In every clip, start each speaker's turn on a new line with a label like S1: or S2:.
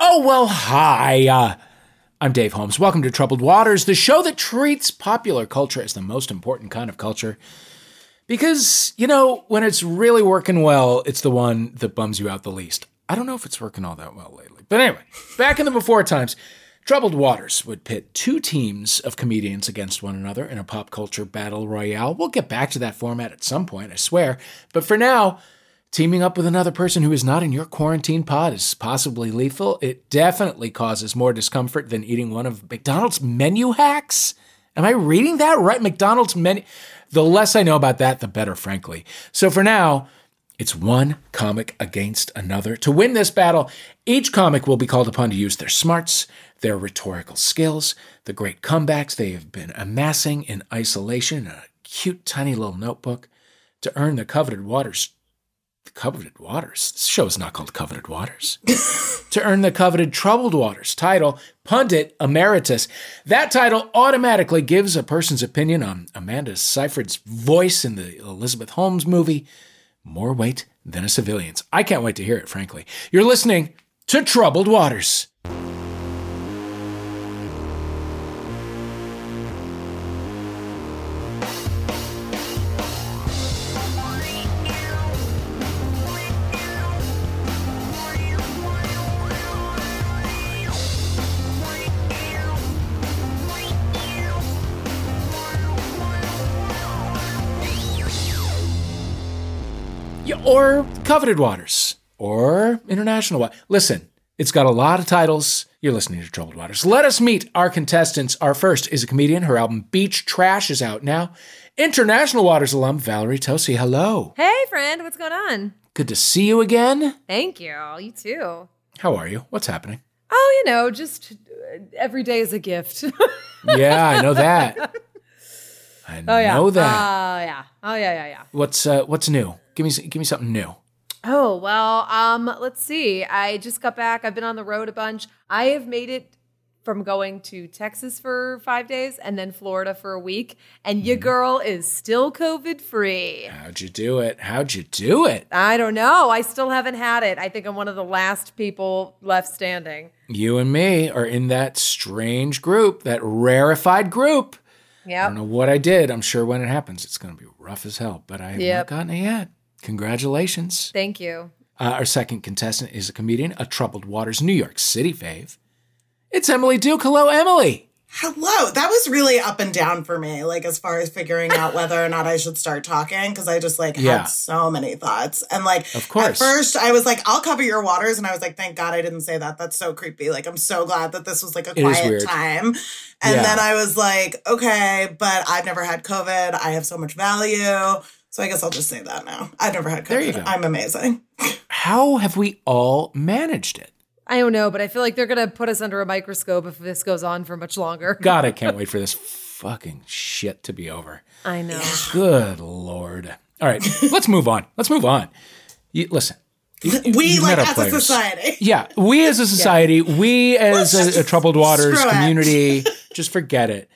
S1: Oh, well, hi. Uh, I'm Dave Holmes. Welcome to Troubled Waters, the show that treats popular culture as the most important kind of culture. Because, you know, when it's really working well, it's the one that bums you out the least. I don't know if it's working all that well lately. But anyway, back in the before times, Troubled Waters would pit two teams of comedians against one another in a pop culture battle royale. We'll get back to that format at some point, I swear. But for now, Teaming up with another person who is not in your quarantine pod is possibly lethal. It definitely causes more discomfort than eating one of McDonald's menu hacks. Am I reading that right? McDonald's menu. The less I know about that, the better, frankly. So for now, it's one comic against another. To win this battle, each comic will be called upon to use their smarts, their rhetorical skills, the great comebacks they have been amassing in isolation in a cute, tiny little notebook to earn the coveted waters coveted waters. This show is not called Coveted Waters. to earn the coveted Troubled Waters title, Pundit Emeritus. That title automatically gives a person's opinion on Amanda Seyfried's voice in the Elizabeth Holmes movie more weight than a civilian's. I can't wait to hear it, frankly. You're listening to Troubled Waters. Yeah, or Coveted Waters, or International Waters. Listen, it's got a lot of titles. You're listening to Troubled Waters. Let us meet our contestants. Our first is a comedian. Her album Beach Trash is out now. International Waters alum Valerie Tosi. Hello.
S2: Hey, friend, what's going on?
S1: Good to see you again.
S2: Thank you. You too.
S1: How are you? What's happening?
S2: Oh, you know, just uh, every day is a gift.
S1: Yeah, I know that. I
S2: oh yeah.
S1: know that.
S2: Oh yeah. Oh yeah, yeah, yeah.
S1: what's uh, what's new? Give me s- give me something new.
S2: Oh well. Um, let's see. I just got back. I've been on the road a bunch. I have made it from going to Texas for five days and then Florida for a week, and
S1: Mm-hmm.
S2: your girl is still COVID free.
S1: How'd you do it? How'd you do it?
S2: I don't know. I still haven't had it. I think I'm one of the last people left standing.
S1: You and me are in that strange group, that rarefied group. I don't
S2: Yep.
S1: know what I did. I'm sure when it happens, it's going to be rough as hell, but I have
S2: Yep.
S1: not gotten it yet. Congratulations.
S2: Thank you.
S1: Uh, our second contestant is a comedian, a Troubled Waters New York City fave. It's Emily Duke. Hello, Emily.
S3: Hello. That was really up and down for me, like as far as figuring out whether or not I should start talking, because I just like
S1: Yeah.
S3: had so many thoughts. And like
S1: Of course.
S3: at first I was like, I'll cover your waters. And I was like, thank God I didn't say that. That's so creepy. Like I'm so glad that this was like a
S1: is
S3: quiet
S1: weird.
S3: time. And
S1: Yeah.
S3: then I was like, okay, but I've never had COVID. I have so much value. So I guess I'll just say that now. I've never had COVID.
S1: There you go.
S3: I'm amazing.
S1: How have we all managed it?
S2: I don't know, but I feel like they're gonna put us under a microscope if this goes on for much longer.
S1: God, I can't wait for this fucking shit to be over.
S2: I know.
S1: Good Lord. All right, let's move on. Let's move on. You, listen,
S3: We
S1: you
S3: like
S1: meta
S3: as a
S1: players.
S3: society.
S1: Yeah, we as a society, we as a, a troubled waters
S3: Screw it.
S1: community, just forget it.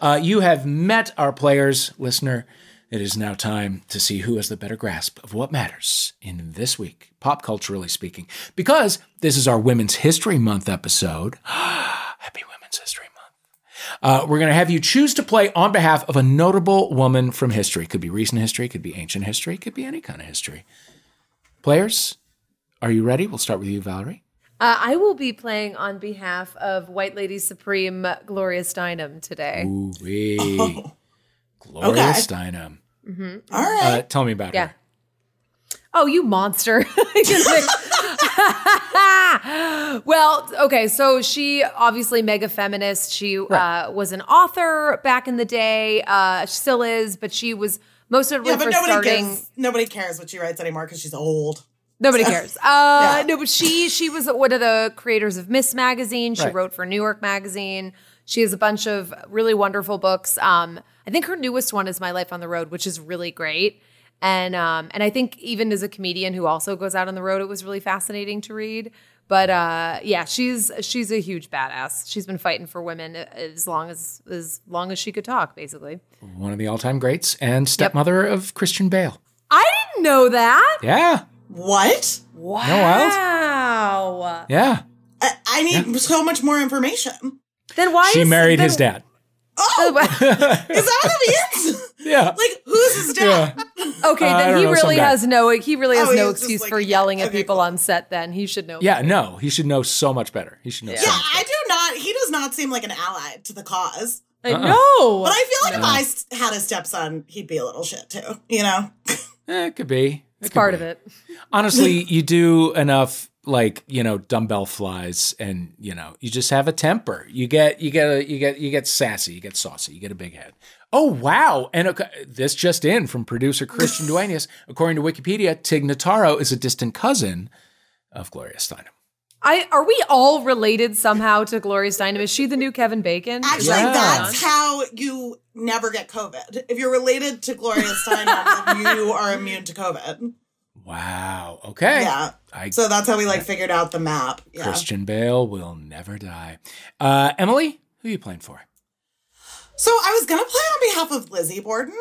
S1: Uh, you have met our players, listener. It is now time to see who has the better grasp of what matters in this week, pop culturally speaking, because this is our Women's History Month episode. Happy Women's History Month. Uh, we're going to have you choose to play on behalf of a notable woman from history. Could be recent history, could be ancient history, could be any kind of history. Players, are you ready? We'll start with you, Valerie.
S2: Uh, I will be playing on behalf of White Lady Supreme Gloria Steinem today.
S1: Ooh wee. Gloria Steinem.
S3: All right.
S1: Uh, tell me about
S2: Yeah.
S1: her.
S2: Oh, you monster. well, okay. So she obviously mega feminist. She uh, was an author back in the day. Uh, she still is, but she was most notably
S3: yeah, but
S2: for
S3: nobody
S2: starting.
S3: cares. Nobody cares what she writes anymore because she's old.
S2: Nobody cares. Uh,
S3: Yeah.
S2: No, but she she was one of the creators of Miss Magazine. She
S1: Right.
S2: wrote for New York Magazine. She has a bunch of really wonderful books. Um, I think her newest one is My Life on the Road, which is really great. And um, and I think even as a comedian who also goes out on the road, it was really fascinating to read. But uh, yeah, she's she's a huge badass. She's been fighting for women as long as as long as she could talk, basically.
S1: One of the all time greats and stepmother of Christian Bale.
S2: I didn't know that.
S1: Yeah.
S3: What?
S2: Wow.
S1: wild? Yeah.
S3: I, I need so much more information.
S2: Then why
S1: She
S2: is,
S1: married
S2: then- Oh,
S1: his dad.
S2: okay,
S3: Is that what it is?
S1: Yeah.
S3: like, who's his
S1: Yeah.
S3: dad?
S1: Uh, I
S2: then
S1: don't
S2: he
S1: know, some
S2: really
S1: guy.
S2: has no he really has
S3: Oh,
S2: no
S3: he's just
S2: excuse
S3: like,
S2: for yelling at
S3: okay,
S2: people
S3: cool.
S2: on set then. He should know.
S1: Yeah, no, he should know so much better. He should know
S3: Yeah,
S1: so much
S3: I do not. He does not seem like an ally to the cause.
S2: I
S1: Uh-uh.
S2: know.
S3: But I feel like if I s- had a stepson, he'd be a little shit too. You know?
S1: Eh, it could be.
S2: it's part of it.
S1: Honestly, you do enough like, you know, dumbbell flies and, you know, you just have a temper. You get you get a, you get you get sassy, you get saucy, you get a big head. Oh wow. And okay, this just in from producer Christian Duenas, according to Wikipedia, Tignataro is a distant cousin of Gloria Steinem.
S2: I are we all related somehow to Gloria Steinem? Is she the new Kevin Bacon?
S3: Actually,
S1: Yeah.
S3: that's how you never get COVID. If you're related to Gloria Steinem, you are immune to COVID.
S1: Wow. Okay.
S3: Yeah.
S1: I
S3: So that's how we like figured out the map. Yeah.
S1: Christian Bale will never die. Uh, Emily, who are you playing for?
S3: So I was gonna play on behalf of Lizzie Borden,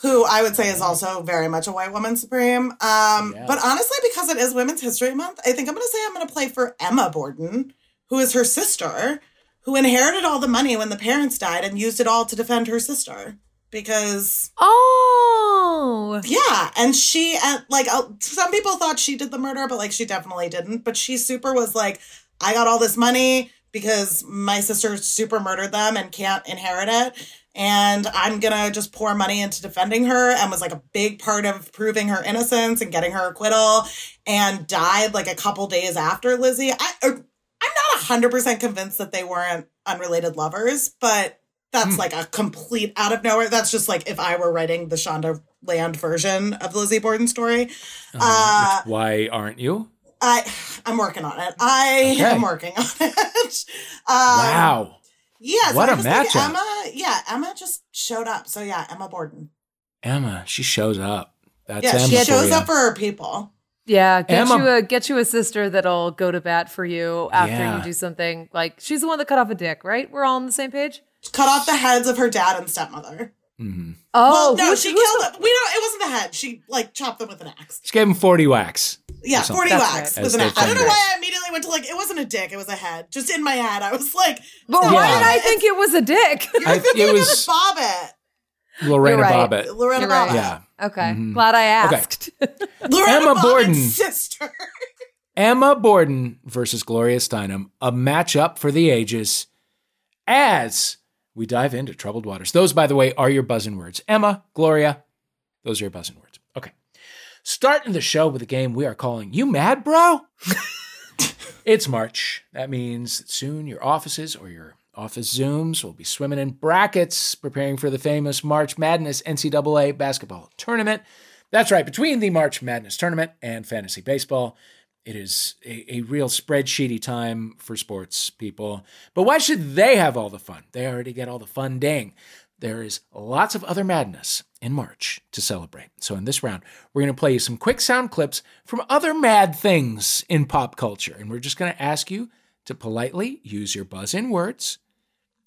S3: who I would say is also very much a white woman supreme. Um, But honestly, because it is Women's History Month, I think I'm gonna say I'm gonna play for Emma Borden, who is her sister, who inherited all the money when the parents died and used it all to defend her sister. Because
S2: Oh.
S3: yeah, and she and like uh, some people thought she did the murder, but like she definitely didn't. But she super was like, I got all this money because my sister super murdered them and can't inherit it, and I'm gonna just pour money into defending her, and was like a big part of proving her innocence and getting her acquittal, and died like a couple days after Lizzie. I or, I'm not hundred percent convinced that they weren't unrelated lovers, but
S1: Hmm.
S3: that's like a complete out of nowhere. That's just like if I were writing the Shonda Land version of the Lizzie Borden story. Uh,
S1: Which- why aren't you?
S3: I I'm working on it. I
S1: Okay.
S3: am working on it. Um,
S1: wow.
S3: Yeah. So
S1: What
S3: I
S1: a
S3: just think
S1: matchup.
S3: Emma. Yeah. Emma just showed up. So yeah, Emma Borden.
S1: Emma, she shows up. That's
S3: yeah,
S1: Emma.
S3: she
S1: for
S3: shows
S1: you.
S3: up for her people.
S2: Yeah, get
S1: Emma-
S2: you a get you a sister that'll go to bat for you after
S1: Yeah.
S2: you do something. Like she's the one that cut off a dick, right? We're all on the same page.
S3: Cut off the heads of her dad and stepmother.
S1: Mhm.
S2: Oh
S3: well, no,
S2: who's-
S3: she
S2: who's
S3: killed
S2: the-
S3: them. We don't. It wasn't the head. She like chopped them with an axe.
S1: She gave him 40 whacks.
S3: Yeah,
S1: or something.
S3: forty
S2: That's
S3: wax
S1: right.
S3: was
S1: As
S3: an.
S1: they
S3: I don't know
S1: fundraise.
S3: why I immediately went to like it wasn't a dick, it was a head. Just in my head, I was like,
S2: But why
S1: Yeah.
S2: did I think it was a dick?
S3: "You're
S1: I-
S3: thinking
S1: it
S3: of
S1: was-
S3: a bobbit,
S1: Lorena
S2: right.
S1: Bobbitt.
S3: Lorena
S2: You're right.
S3: Bobbitt."
S1: Yeah.
S2: okay, glad I
S1: Mm-hmm. Okay.
S2: asked.
S3: Lorena
S1: Emma
S3: Bobbitt's
S1: Borden.
S3: sister.
S1: Emma Borden versus Gloria Steinem, a matchup for the ages as we dive into troubled waters. Those, by the way, are your buzzing words. Emma, Gloria, those are your buzzing words. Okay. Starting the show with a game we are calling You Mad, Bro? it's March. That means that soon your offices or your office Zooms will be swimming in brackets, preparing for the famous March Madness NCAA basketball tournament. That's right, between the March Madness tournament and fantasy baseball. It is a, a real spreadsheety time for sports people. But why should they have all the fun? They already get all the fun dang. There is lots of other madness in March to celebrate. So, in this round, we're going to play you some quick sound clips from other mad things in pop culture. And we're just going to ask you to politely use your buzz in words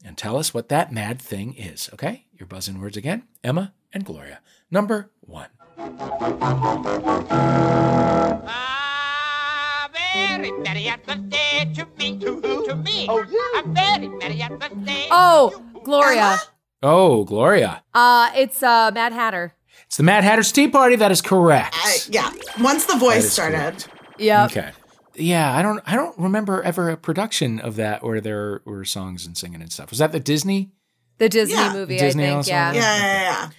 S1: and tell us what that mad thing is. Okay? Your buzz in words again Emma and Gloria. Number one.
S4: Ah, very merry happy birthday to me, to who? To me. Oh, yeah. A very merry happy birthday.
S2: oh, Gloria,
S1: Oh, Gloria.
S2: uh, it's uh, Mad Hatter.
S1: It's the Mad Hatter's Tea Party. That is correct.
S3: I- yeah. Once the voice started,
S2: Yep.
S1: Okay. Yeah, I don't I don't remember ever a production of that where there were songs and singing and stuff. Was that the Disney?
S2: the Disney
S3: Yeah.
S2: movie.
S1: Disney
S2: I think.
S1: also,
S2: Yeah.
S3: yeah, yeah, yeah, yeah.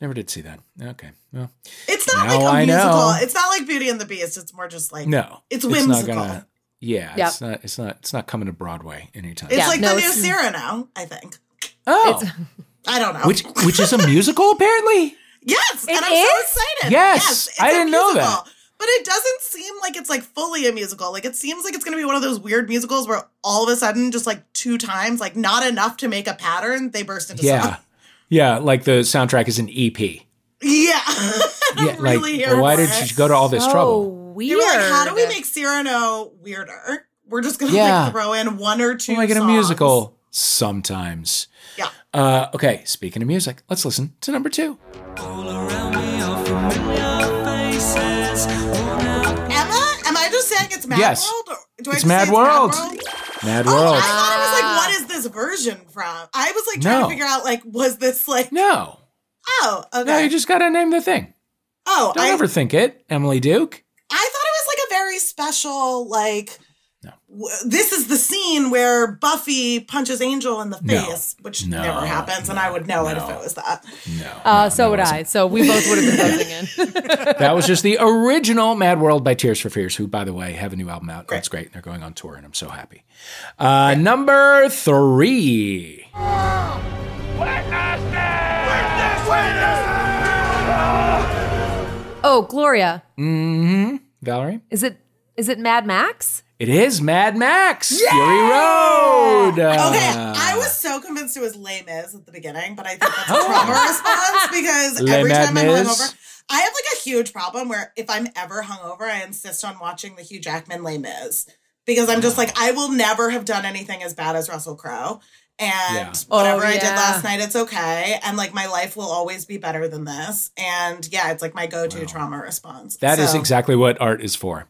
S1: Never did see that. Okay. Well,
S3: It's not
S1: Now
S3: like a
S1: I know.
S3: musical. It's not like Beauty and the Beast. It's more just like
S1: no.
S3: It's
S1: not
S3: whimsical.
S1: gonna Yeah,
S2: Yep.
S1: it's not it's not it's not coming to Broadway anytime.
S3: It's
S2: Yeah,
S3: like
S2: no,
S3: the new
S2: it's-
S3: Cyrano. I think.
S1: oh.
S3: I don't know.
S1: which which is a musical apparently?
S3: Yes,
S2: It
S3: and I'm
S2: is?
S3: so excited.
S1: Yes,
S3: it's
S1: I
S3: a
S1: didn't know that.
S3: But it doesn't seem like it's like fully a musical. Like it seems like it's going to be one of those weird musicals where all of a sudden, just like two times, like not enough to make a pattern, they burst into
S1: Yeah.
S3: song.
S1: Yeah, like the soundtrack is an EP.
S3: Yeah, I'm
S1: Yeah, like
S3: really here
S1: why
S3: for
S1: did
S3: it.
S1: she go to all Oh, this
S2: so
S1: trouble?
S2: weird.
S3: You were like, how do we make Cyrano weirder? We're just going to
S1: Yeah.
S3: like throw in one or two.
S1: We'll make it a
S3: songs.
S1: musical sometimes.
S3: Yeah.
S1: Uh, okay, speaking of music, let's listen to number 2.
S3: Emma, am I just saying it's Mad
S1: Yes.
S3: World? Or do I
S1: It's
S3: just say
S1: Mad World.
S3: Mad World?
S1: Mad
S3: Oh,
S1: World.
S3: I thought I was like, what is this version from? I was like trying
S1: No.
S3: to figure out like, was this like
S1: No,
S3: oh okay.
S1: no, you just gotta name the thing.
S3: oh,
S1: Don't
S3: I,
S1: overthink it, Emily Duke.
S3: I thought it was like a very special like
S1: No.
S3: w- this is the scene where Buffy punches Angel in the
S1: No.
S3: face, which
S1: No.
S3: never happens, and I would know it if
S1: No.
S3: it was that.
S1: No,
S2: Uh,
S1: no,
S2: so
S1: no,
S2: would
S1: it
S2: I. So we both would have been buzzing in.
S1: that was just the original Mad World by Tears for Fears, who, by the way, have a new album out. That's great. They're going on tour, and I'm so happy. Uh, number three.
S2: oh, Gloria,
S1: Valerie?
S2: is it is it Mad Max?
S1: It is Mad Max Fury Road. Uh,
S3: Okay, I was so convinced it was Les Mis at the beginning, but I think that's a trauma response because
S1: Les
S3: every
S1: Mad
S3: time I'm
S1: Mis?
S3: hungover, I have like a huge problem where if I'm ever hungover, I insist on watching the Hugh Jackman Les Mis because I'm just
S1: Uh-huh.
S3: like I will never have done anything as bad as Russell Crowe. And
S1: Yeah.
S3: whatever
S2: Oh,
S3: I did
S2: yeah.
S3: last night, it's okay. And like my life will always be better than this. And yeah, it's like my go-to trauma response.
S1: That is
S3: So,
S1: exactly what art is for.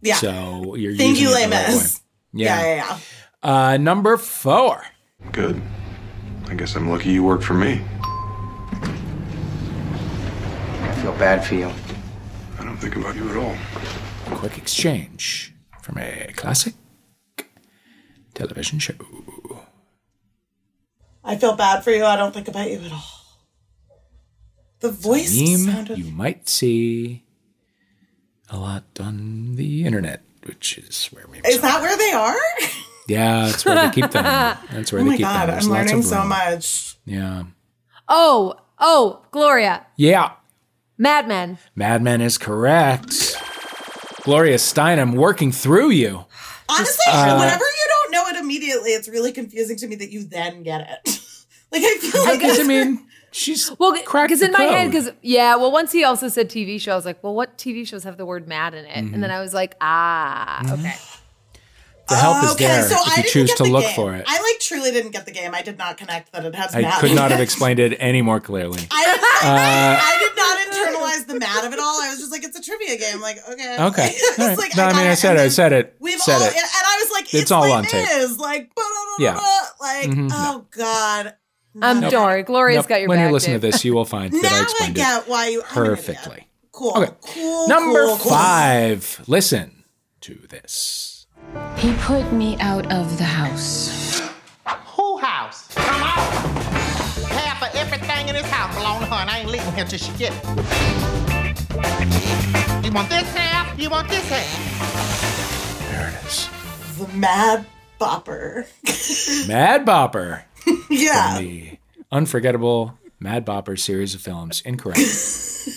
S3: Yeah.
S1: So you're
S3: Thank
S1: using
S3: you,
S1: it
S3: Les
S1: the right way.
S3: Mis.
S1: Yeah.
S3: yeah, yeah, yeah.
S1: Uh, number four.
S5: Good. I guess I'm lucky you work for me.
S6: I feel bad for you.
S5: I don't think about you at all.
S1: Quick exchange from a classic television show.
S3: I feel bad for you. I don't think about you at all. The voice
S1: meme
S3: sounded.
S1: you might see a lot on the internet, which is where memes
S3: Is
S1: are.
S3: that where they are?
S1: Yeah, that's where they keep them. That's where
S3: Oh
S1: they
S3: my
S1: keep
S3: god,
S1: them. There's
S3: I'm
S1: lots
S3: learning
S1: of
S3: so
S1: room.
S3: much.
S1: Yeah.
S2: Oh, oh, Gloria,
S1: Yeah.
S2: Mad Men.
S1: Mad Men is correct. Gloria Steinem working through you.
S3: Honestly,
S1: uh,
S3: whenever you don't know it immediately, it's really confusing to me that you then get it. like I feel
S1: I
S3: like
S1: guess I mean she's
S2: Well,
S1: cracked
S2: because in
S1: the
S2: my head,
S1: code.
S2: because yeah, well, once he also said TV show, I was like, well, what TV shows have the word Mad in it? And
S1: Mm-hmm.
S2: then I was like, ah, okay.
S1: the help is
S3: Oh, okay,
S1: there
S3: so
S1: if
S3: I
S1: you
S3: didn't
S1: choose
S3: get
S1: to
S3: the
S1: look
S3: game.
S1: for it.
S3: I like truly didn't get the game. I did not connect that it has.
S1: I
S3: mad
S1: could
S3: in
S1: not
S3: it.
S1: have explained it any more clearly.
S3: I did,
S1: Uh,
S3: not, I did not internalize the mad of it all. I was just like, it's a trivia game. Like, okay,
S1: Okay.
S3: It's
S1: All right.
S3: like,
S1: no, I,
S3: got
S1: mean, I
S3: and
S1: said it. I
S3: then-
S1: said it.
S3: We've
S1: said
S3: all,
S1: it.
S3: and I was like, it's,
S1: all
S3: like
S1: on tape.
S3: this, like, ba-da-da-da-da,
S1: Yeah.
S3: like,
S1: Mhm.
S3: oh god.
S2: Um,
S3: No.
S2: Don't worry, Gloria's
S1: Nope.
S2: got your
S1: when
S2: back.
S1: you listen
S2: Dave.
S1: to this, you will find that I
S3: Now I
S1: explained it
S3: get why you I'm an idiot.
S1: perfectly.
S3: Cool.
S1: Okay.
S3: Cool.
S1: Number
S3: cool, cool.
S1: five. Listen to this.
S7: He put me out of the house.
S8: Who house? Come on. Half of everything in this house belong to her, and I ain't leaving here till she get it. You want this half? You want this half?
S1: There it is.
S3: The Mad Bopper.
S1: Mad Bopper.
S3: yeah.
S1: The unforgettable Mad Bopper series of films. Incorrect.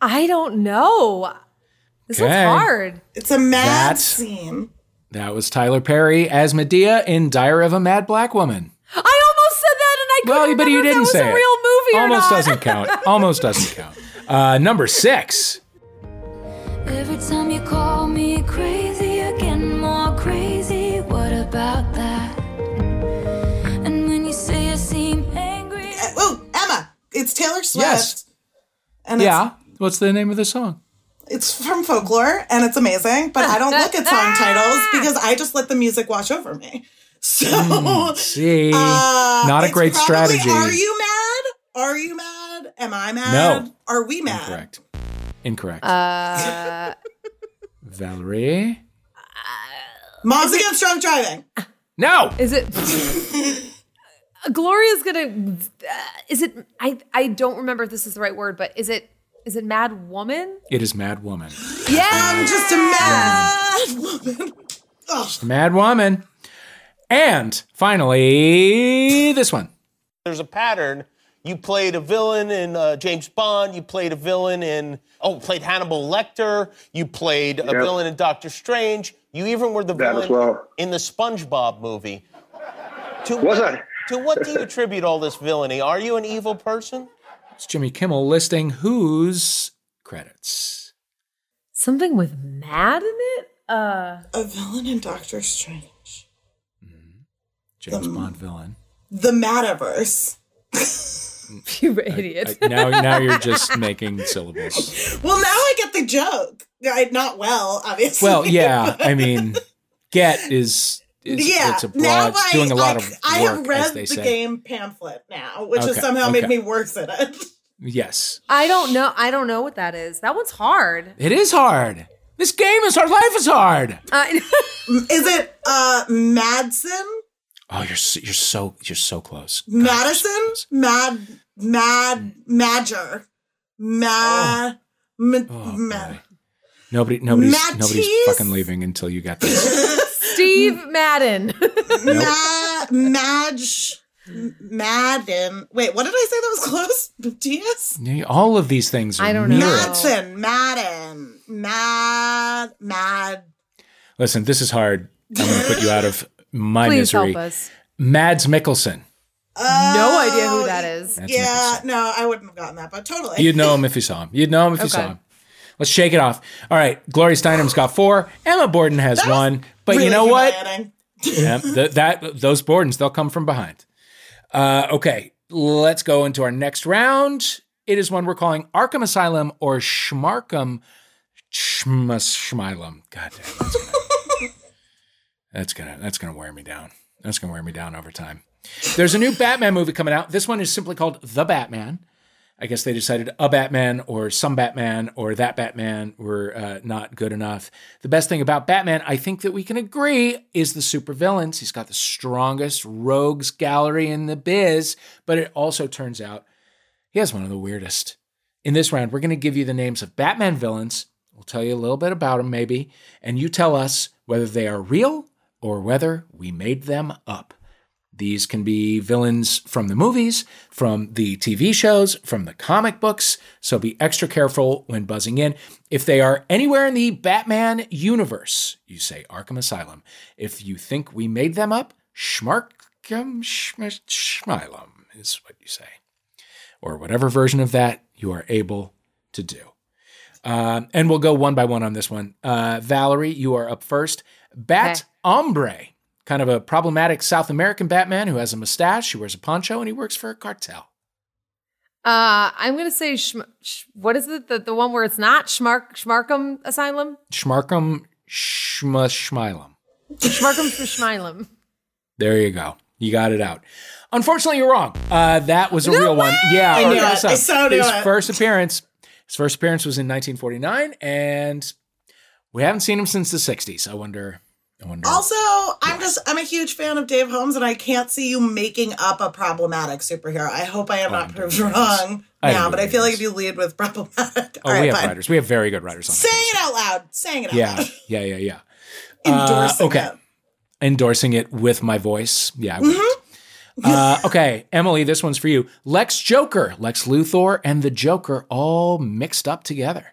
S2: I don't know. This
S1: Okay.
S2: one's hard.
S3: It's a mad
S1: That-
S3: scene.
S1: that was Tyler Perry as Medea in Dire of a Mad Black Woman.
S2: I almost said that, and I couldn't
S1: Well, but
S2: remember
S1: you
S2: if
S1: didn't
S2: that was
S1: say
S2: a
S1: it.
S2: real movie
S1: Almost
S2: or not.
S1: doesn't count. Almost doesn't count. Uh, number six.
S9: Every time you call me crazy, you're getting more crazy. What about that? And when you say I seem angry,
S3: Oh, Emma. It's Taylor Swift.
S1: Yes.
S3: And it's,
S1: Yeah. What's the name of the song?
S3: it's from folklore and it's amazing, but I don't look at song titles because I just let the music wash over me. So
S1: Mm, See,
S3: uh,
S1: not a
S3: it's
S1: great
S3: probably,
S1: strategy.
S3: Are you mad? Are you mad? Am I mad?
S1: No.
S3: Are we mad?
S1: Incorrect. Incorrect.
S2: Uh,
S1: Valerie.
S3: Moms against drunk driving.
S1: No.
S2: Is it? Gloria's gonna. Uh, is it? I I don't remember if this is the right word, but is it? Is it Mad Woman?
S1: It is Mad Woman.
S2: Yeah.
S3: I'm just a mad woman.
S1: Mad Woman. And finally, this one.
S10: there's a pattern. You played a villain in uh, James Bond. You played a villain in oh, played Hannibal Lecter. You played a
S5: Yep.
S10: villain in Doctor Strange. You even were the
S5: That
S10: villain
S5: as well.
S10: in the SpongeBob movie. To
S5: Was
S10: what,
S5: I?
S10: To what do you attribute all this villainy? Are you an evil person?
S1: It's Jimmy Kimmel listing whose credits.
S2: Something with mad in it. Uh.
S3: a villain in Doctor Strange. Um,
S1: James Bond villain.
S3: The Mataverse.
S2: You idiot.
S1: I- now, now you're just making syllables.
S3: Well, now I get the joke. I, not well, obviously.
S1: Well, yeah. I mean, get is is
S3: yeah,
S1: it's abroad
S3: now I,
S1: doing a lot
S3: I,
S1: of work.
S3: I have
S1: as
S3: read
S1: they
S3: the
S1: say.
S3: game pamphlet now, which has
S1: Okay,
S3: somehow
S1: okay.
S3: made me worse at it.
S1: Yes,
S2: I don't know. I don't know what that is. That one's hard.
S1: it is hard. This game is hard. Life is hard.
S2: I
S3: Is it uh Madsen?
S1: Oh, you're so, you're so you're so close. God, you're so
S3: Madison?
S1: close.
S3: Mad Mad Madger.
S1: Oh,
S3: Mad Mad
S1: boy. Nobody, nobody's,
S3: Matisse?
S1: nobody's fucking leaving until you got this.
S2: Steve Madden.
S3: Ma- Madge Madden. Wait, what did I say that was close? Matias?
S1: All of these things. Are
S2: I don't know.
S1: near it.
S2: Mad-
S3: Madsen. Madden. Mad Mad
S1: Listen, this is hard. I'm going to put you out of my
S2: Please
S1: misery.
S2: help us.
S1: Mads Mikkelsen.
S2: No idea who that is.
S1: Mads
S3: Yeah,
S1: Mikkelsen.
S3: no, I wouldn't have gotten that, but totally.
S1: You'd know him if you saw him. You'd know him if you saw
S2: Okay.
S1: him. Let's shake it off. All right. Gloria Steinem's got four. Emma Borden has one. But you
S3: Really
S1: know what?
S3: humiliating.
S1: Yeah, th- that those Bordens, they'll come from behind. Uh, okay. Let's go into our next round. It is one we're calling Arkham Asylum or Schmarkham Schmus Schmilum. God damn, that's gonna, that's gonna that's gonna wear me down. That's gonna wear me down over time. There's a new Batman movie coming out. This one is simply called The Batman. I guess they decided a Batman or some Batman or that Batman were uh, not good enough. The best thing about Batman, I think that we can agree, is the supervillains. He's got the strongest rogues gallery in the biz, but it also turns out he has one of the weirdest. In this round, we're going to give you the names of Batman villains. We'll tell you a little bit about them, maybe, and you tell us whether they are real or whether we made them up. These can be villains from the movies, from the TV shows, from the comic books, so be extra careful when buzzing in. If they are anywhere in the Batman universe, you say Arkham Asylum. If you think we made them up, Schmarkham Schmi- Schmilum is what you say or whatever version of that you are able to do. Um, and we'll go one by one on this one. Uh, Valerie, you are up first. Bat
S2: Okay.
S1: Ombre, kind of a problematic South American Batman who has a mustache, who wears a poncho, and he works for a cartel.
S2: Uh, I'm gonna say schm- sh- what is it? The, the one where it's not Schmark Schmarkham Asylum,
S1: Schmarkham Schmushmilum.
S2: Schmarkham for Schmilem.
S1: There you go. You got it out. Unfortunately, you're wrong. Uh, that was a real one. Yeah,
S3: I knew
S1: Arkham
S3: it. I
S1: Asylum.
S3: so knew
S1: his
S3: it.
S1: first appearance. His first appearance was in 1949, and we haven't seen him since the 60s. I wonder. I wonder.
S3: Also, I'm just I'm a huge fan of Dave Holmes, and I can't see you making up a problematic superhero. I hope I am not proved wrong
S1: Oh, I
S3: now,
S1: am
S3: but I
S1: doing
S3: feel like
S1: this.
S3: if you lead with problematic,
S1: oh,
S3: all
S1: we
S3: right,
S1: have
S3: fine.
S1: writers. We have very good writers on. the
S3: Saying
S1: team.
S3: it out loud, saying it out
S1: Yeah,
S3: loud,
S1: yeah, yeah, yeah. Uh,
S3: endorsing
S1: okay.
S3: it.
S1: Endorsing it with my voice. Yeah. I wouldn't.
S3: Mm-hmm.
S1: uh, okay, Emily, this one's for you. Lex Joker, Lex Luthor, and the Joker all mixed up together.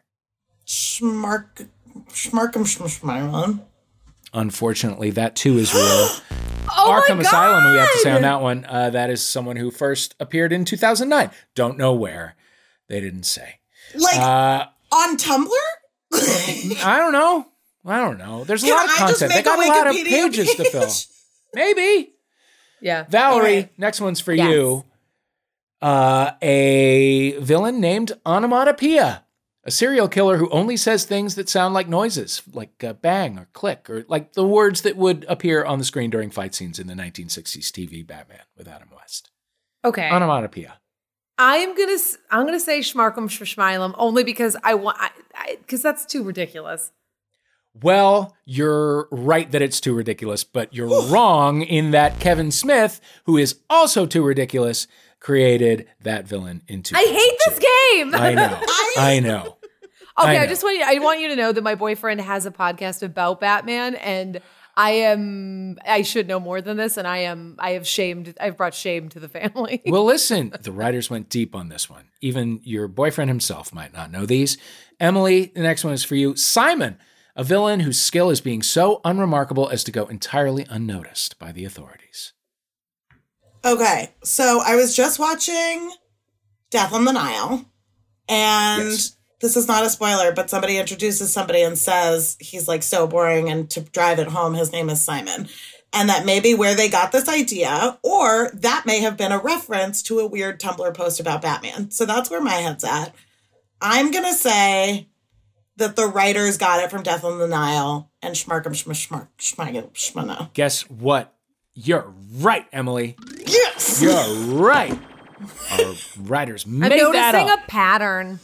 S3: Schmark, Schmarkum, Schmarkum.
S1: Unfortunately, that too is real.
S2: Oh
S1: Arkham
S2: my god!
S1: Asylum, we have to say on that one, uh, that is someone who first appeared in 2009. Don't know where. They didn't say.
S3: Like
S1: Uh,
S3: on Tumblr.
S1: I don't know. I don't know. There's a
S3: Can
S1: lot of
S3: I just
S1: content. They
S3: make a
S1: got a, lot of
S3: Wikipedia
S1: pages to
S3: page?
S1: fill. Maybe.
S2: Yeah,
S1: Valerie,
S3: Alright.
S1: next one's for
S2: Yes.
S1: you. Uh, a villain named Onomatopoeia, a serial killer who only says things that sound like noises, like uh, bang or click, or like the words that would appear on the screen during fight scenes in the 1960s TV Batman with Adam West.
S2: okay.
S1: Onomatopoeia.
S2: I'm gonna s- I'm gonna say Schmarkham for Schmilem only because I want because that's too ridiculous.
S1: Well, you're right that it's too ridiculous, but you're wrong in that Kevin Smith, who is also too ridiculous, created that villain into.
S2: I hate this game.
S1: I know. I know.
S2: Okay,
S1: I
S2: I,
S1: know.
S2: just want you. I want you to know that my boyfriend has a podcast about Batman, and I am. I should know more than this, and I am. I have shamed. I've brought shame to the family.
S1: Well, listen, the writers went deep on this one. Even your boyfriend himself might not know these. Emily, the next one is for you. Simon, a villain whose skill is being so unremarkable as to go entirely unnoticed by the authorities.
S3: Okay, so I was just watching Death on the Nile, and
S1: Yes.
S3: this is not a spoiler, but somebody introduces somebody and says he's like so boring, and to drive it home, his name is Simon. And that may be where they got this idea, or that may have been a reference to a weird Tumblr post about Batman. So that's where my head's at. I'm going to say that the writers got it from Death on the Nile and Schmarkum Schmark Schmigel Schmana.
S1: Guess what? You're right, Emily.
S3: Yes!
S1: You're right. Our writers
S2: I'm
S1: made that
S2: noticing
S1: up.
S2: a pattern.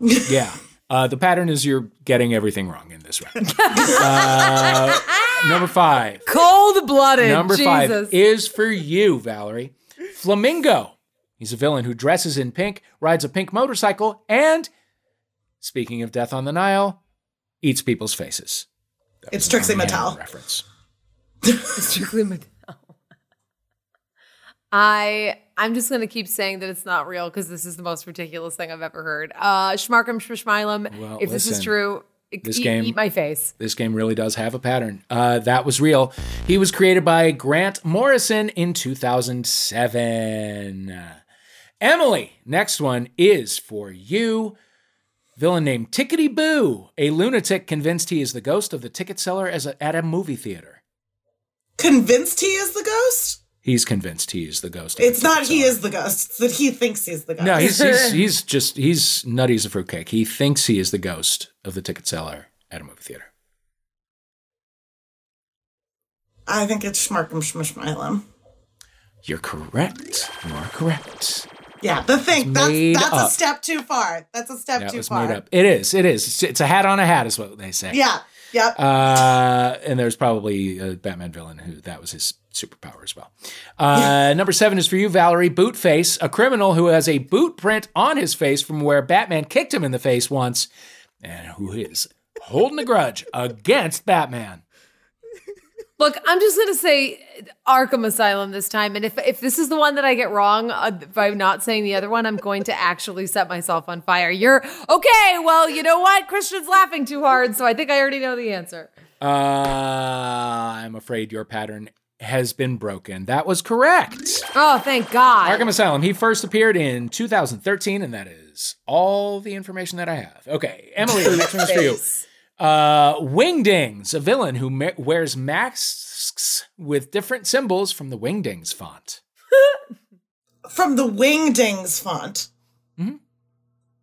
S1: Yeah. Uh, the pattern is you're getting everything wrong in this round. Uh, number five.
S2: Cold blooded.
S1: Number
S2: Jesus.
S1: five is for you, Valerie. Flamingo. He's a villain who dresses in pink, rides a pink motorcycle, and, speaking of death on the Nile, eats people's faces.
S3: It's Trixie
S1: Animal
S3: Mattel.
S1: Reference.
S2: Strictly Mattel. I I'm just gonna keep saying that it's not real because this is the most ridiculous thing I've ever heard. Uh, Schmarkum Schmishmilum.
S1: Well,
S2: if this is
S1: listen.
S2: true, eat,
S1: This game-
S2: eat my face.
S1: This game really does have a pattern. Uh, that was real. He was created by Grant Morrison in 2007. Emily, next one is for you. Villain named Tickety Boo, a lunatic convinced he is the ghost of the ticket seller as a, at a movie theater.
S3: Convinced he is the ghost?
S1: He's convinced he is the ghost. Of
S3: It's
S1: the
S3: not
S1: ticket
S3: he
S1: seller.
S3: is the ghost, it's that he thinks he's the ghost.
S1: No, he's, he's he's just he's nutty as a fruitcake. He thinks he is the ghost of the ticket seller at a movie theater.
S3: I think it's Schmarkum Schmishmilum.
S1: You're correct. You are correct.
S3: Yeah, the thing.
S1: It's
S3: That's
S1: made
S3: that's
S1: up.
S3: a step too far. That's a step
S1: That
S3: too
S1: was
S3: far.
S1: made up. It is. It is. It's, it's a hat on a hat, is what they say.
S3: Yeah. Yep.
S1: Uh, and there's probably a Batman villain who that was his superpower as well. Uh, number seven is for you, Valerie Bootface, a criminal who has a boot print on his face from where Batman kicked him in the face once, and who is holding a grudge against Batman.
S2: Look, I'm just gonna say Arkham Asylum this time, and if if this is the one that I get wrong uh, by not saying the other one, I'm going to actually set myself on fire. You're okay. Well, you know what? Christian's laughing too hard, so I think I already know the answer.
S1: Uh, I'm afraid your pattern has been broken. That was correct.
S2: Oh, thank God.
S1: Arkham Asylum. He first appeared in 2013, and that is all the information that I have. Okay, Emily, the next one's for you. Uh, Wingdings, a villain who ma- wears masks with different symbols from the Wingdings font.
S3: from the Wingdings font.
S1: Mm-hmm.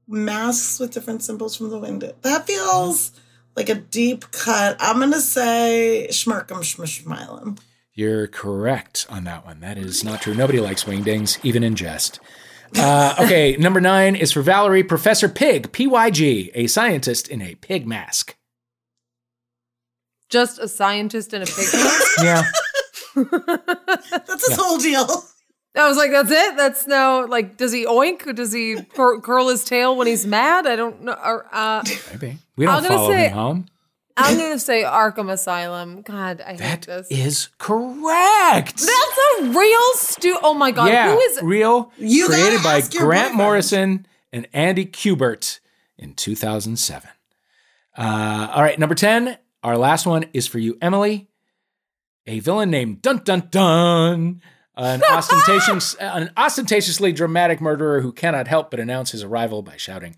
S3: Masks with different symbols from the wind. That feels like a deep cut. I'm gonna say Schmarkum Schmishmilum.
S1: You're correct on that one. That is not true. Nobody likes Wingdings, even in jest. Uh, okay, number nine is for Valerie, Professor Pig, PYG, a scientist in a pig mask.
S2: Just a scientist in a pig.
S1: Yeah.
S3: That's his whole deal.
S2: I was like, that's it. That's no like. Does he oink? Or does he cur- curl his tail when he's mad? I don't know. Or, uh,
S1: Maybe. We don't
S2: I'm gonna
S1: follow
S2: say-
S1: him home.
S2: I'm gonna say Arkham Asylum. God, I hate
S1: That
S2: this.
S1: is correct.
S2: that's a real stu. Oh my God,
S1: yeah,
S2: who is?
S1: real
S3: You gotta
S1: created by
S3: ask your
S1: Grant
S3: boyfriend.
S1: Morrison and Andy Kubert in 2007. Uh, all right, number 10, our last one is for you, Emily. A villain named Dun Dun Dun, an, ostentatious, an ostentatiously dramatic murderer who cannot help but announce his arrival by shouting,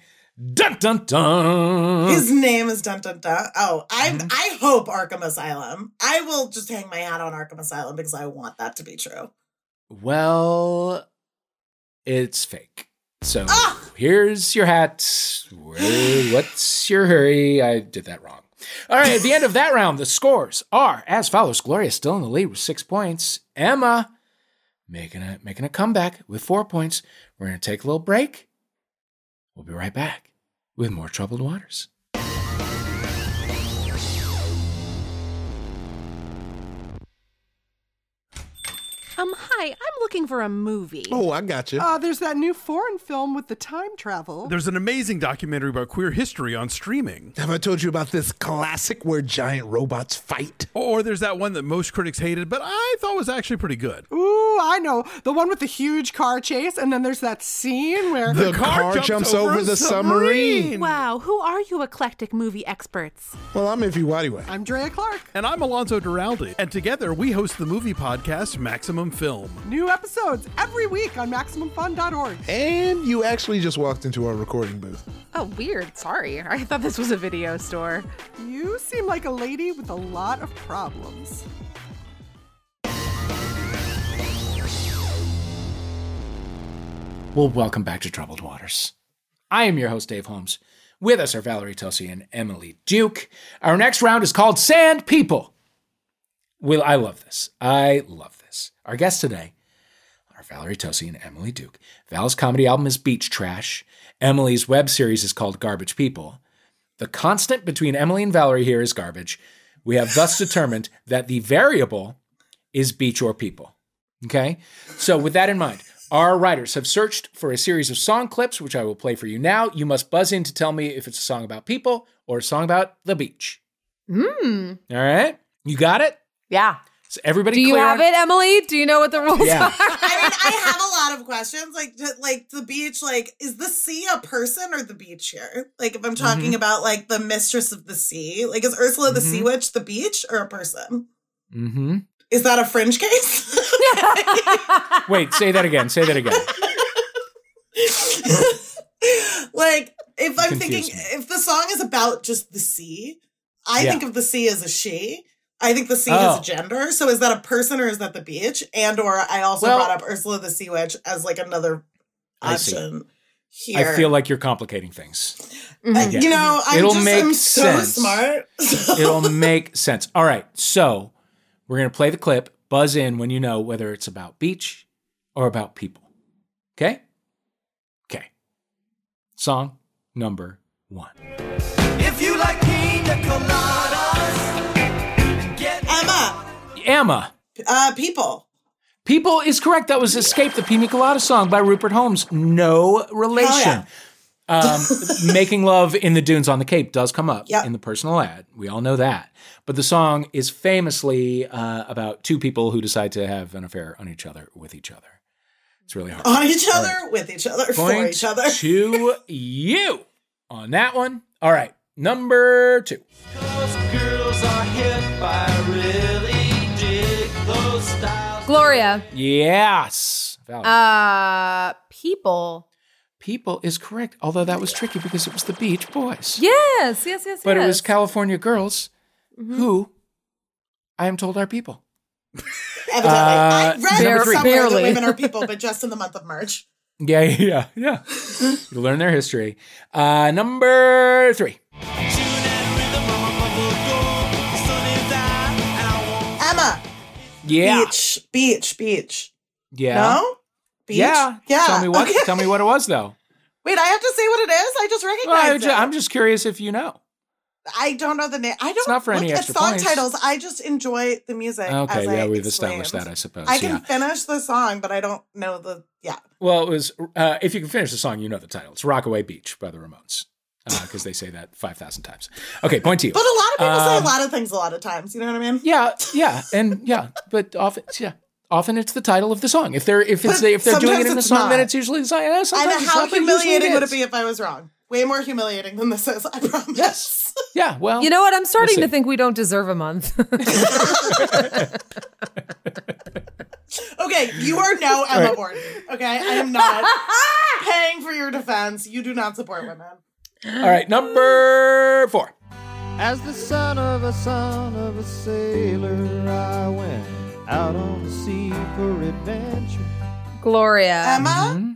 S1: Dun Dun Dun.
S3: His name is Dun Dun Dun. Oh, I
S11: Mm-hmm.
S3: I hope Arkham Asylum. I will just hang my hat on Arkham Asylum because I want that to be true.
S1: Well, it's fake. So
S3: Ah!
S1: here's your hat. Wait, What's your hurry? I did that wrong. All right, at the end of that round, the scores are as follows. Gloria still in the lead with six points. Emma making a making a comeback with four points. We're gonna take a little break. We'll be right back with more troubled waters.
S12: Um, hi, I'm looking for a movie.
S13: Oh, I got you.
S8: Uh, there's that new foreign film with the time travel.
S11: There's an amazing documentary about queer history on streaming.
S13: Have I told you about this classic where giant robots fight?
S11: Or there's that one that most critics hated, but I thought was actually pretty good.
S12: Ooh, I know. The one with the huge car chase, and then there's that scene where.
S13: The car jumps over the submarine.
S12: Wow, who are you eclectic movie experts?
S13: Well, I'm Iffy Wadiway.
S12: I'm Drea Clark.
S11: And I'm Alonzo Duraldi, and together we host the movie podcast Maximum Film.
S12: New episodes every week on MaximumFun.org.
S13: And you actually just walked into our recording booth.
S12: Oh, weird. Sorry. I thought this was a video store. You seem like a lady with a lot of problems.
S1: Well, welcome back to Troubled Waters. I am your host, Dave Holmes. With us are Valerie Tosi and Emily Duke. Our next round is called Sand People. Will I love this? I love this. Our guests today are Valerie Tosi and Emily Duke. Val's comedy album is Beach Trash. Emily's web series is called Garbage People. The constant between Emily and Valerie here is garbage. We have thus determined that the variable is beach or people. Okay? So, with that in mind, our writers have searched for a series of song clips, which I will play for you now. You must buzz in to tell me if it's a song about people or a song about the beach.
S2: Mm.
S1: All right? You got it?
S2: Yeah.
S1: So everybody
S2: Do you
S1: clear
S2: have
S1: on-
S2: it, Emily? Do you know what the rules
S1: Yeah.
S2: are?
S3: I mean, I have a lot of questions. Like, j- like the beach. Like, is the sea a person or the beach here? Like, if I'm talking
S1: Mhm.
S3: about like the mistress of the sea, like is Ursula the sea
S1: Mhm.
S3: witch the beach or a person?
S1: Mm-hmm.
S3: Is that a fringe case?
S1: Wait, say that again. Say that again.
S3: like, if I'm
S1: Confuse
S3: thinking,
S1: me.
S3: if the song is about just the sea, I
S1: Yeah.
S3: think of the sea as a she. I think the sea
S1: Oh.
S3: has a gender. So is that a person or is that the beach? And or I also
S1: Well-
S3: brought up Ursula the sea witch as like another
S1: I see.
S3: option here.
S1: I feel like you're complicating things.
S3: Uh,
S1: Yeah.
S3: you know, I'm
S1: It'll
S3: just
S1: make
S3: I'm so
S1: sense.
S3: smart.
S1: It'll make sense. All right. So we're going to play the clip, buzz in when you know whether it's about beach or about people. Okay? Okay. Song number one.
S4: If you like pina coladas,
S3: Emma,
S1: Emma.
S3: uh, people.
S1: People is correct. That was Escape the Pina Colada song by Rupert Holmes. No relation.
S3: Hell
S1: Um, making love in the dunes on the Cape does come up
S3: Yep.
S1: in the personal ad. We all know that. But the song is famously uh, about two people who decide to have an affair on each other with each other. It's really hard.
S3: On each
S1: All
S3: other,
S1: right.
S3: with each other, Oh, for
S1: Point
S3: each other.
S1: to you on that one. All right, number two.
S4: girls are hip. I really dig those styles.
S2: Gloria.
S1: Yes, Valerie.
S2: Uh, people.
S1: people is correct. Although that was tricky because it was the Beach Boys.
S2: Yes, yes, yes,
S1: but
S2: yes.
S1: it was California girls
S3: Mm-hmm.
S1: who I am told are people.
S3: Evidently, I
S1: Uh,
S3: read
S1: number three.
S3: somewhere
S2: Barely.
S3: that women are people, but just in the month of March.
S1: Yeah, yeah, yeah. you learn their history. Uh, number three.
S3: Emma,
S1: Yeah,
S3: beach, beach, beach.
S1: yeah,
S3: No, beach.
S1: yeah,
S3: yeah.
S1: Tell me what.
S3: Okay.
S1: Tell me what it was though.
S3: Wait, I have to say what it is. I just recognize
S1: Well, I
S3: it.
S1: ju- I'm just curious if you know.
S3: I don't know the name. I don't.
S1: not for
S3: look
S1: any
S3: at
S1: extra
S3: song
S1: points.
S3: titles. I just enjoy the music.
S1: Okay,
S3: as
S1: yeah,
S3: I
S1: we've established that,
S3: explained.
S1: I suppose.
S3: I
S1: yeah.
S3: can finish the song, but I don't know the. Yeah,
S1: Well, it was. Uh, if you can finish the song, you know the title. It's "Rockaway Beach" by the Ramones, because they say that five thousand times. Okay, point to you.
S3: but a lot of people say
S1: Um,
S3: a lot of things a lot of times. You know what I mean?
S1: Yeah, yeah, and yeah, but often, yeah, often it's the title of the song. If they're if it's if they're doing it
S3: sometimes
S1: in the
S3: it's
S1: song, then
S3: not.
S1: it's usually the song. Yeah, sometimes
S3: And
S1: it's
S3: how
S1: not, but usually
S3: humiliating would it
S1: is.
S3: be if I was wrong? Way more humiliating than this is. I promise.
S1: Yes. Yeah. Well,
S2: You know what? I'm starting
S1: We'll see.
S2: to think we don't deserve a month.
S3: Okay, you are no Emma
S1: right.
S3: Borden. Okay, I am not paying for your defense. You do not support women.
S1: All right, number four.
S14: As the son of a son of a sailor, I went out on the sea for adventure.
S2: Gloria.
S1: Mm-hmm.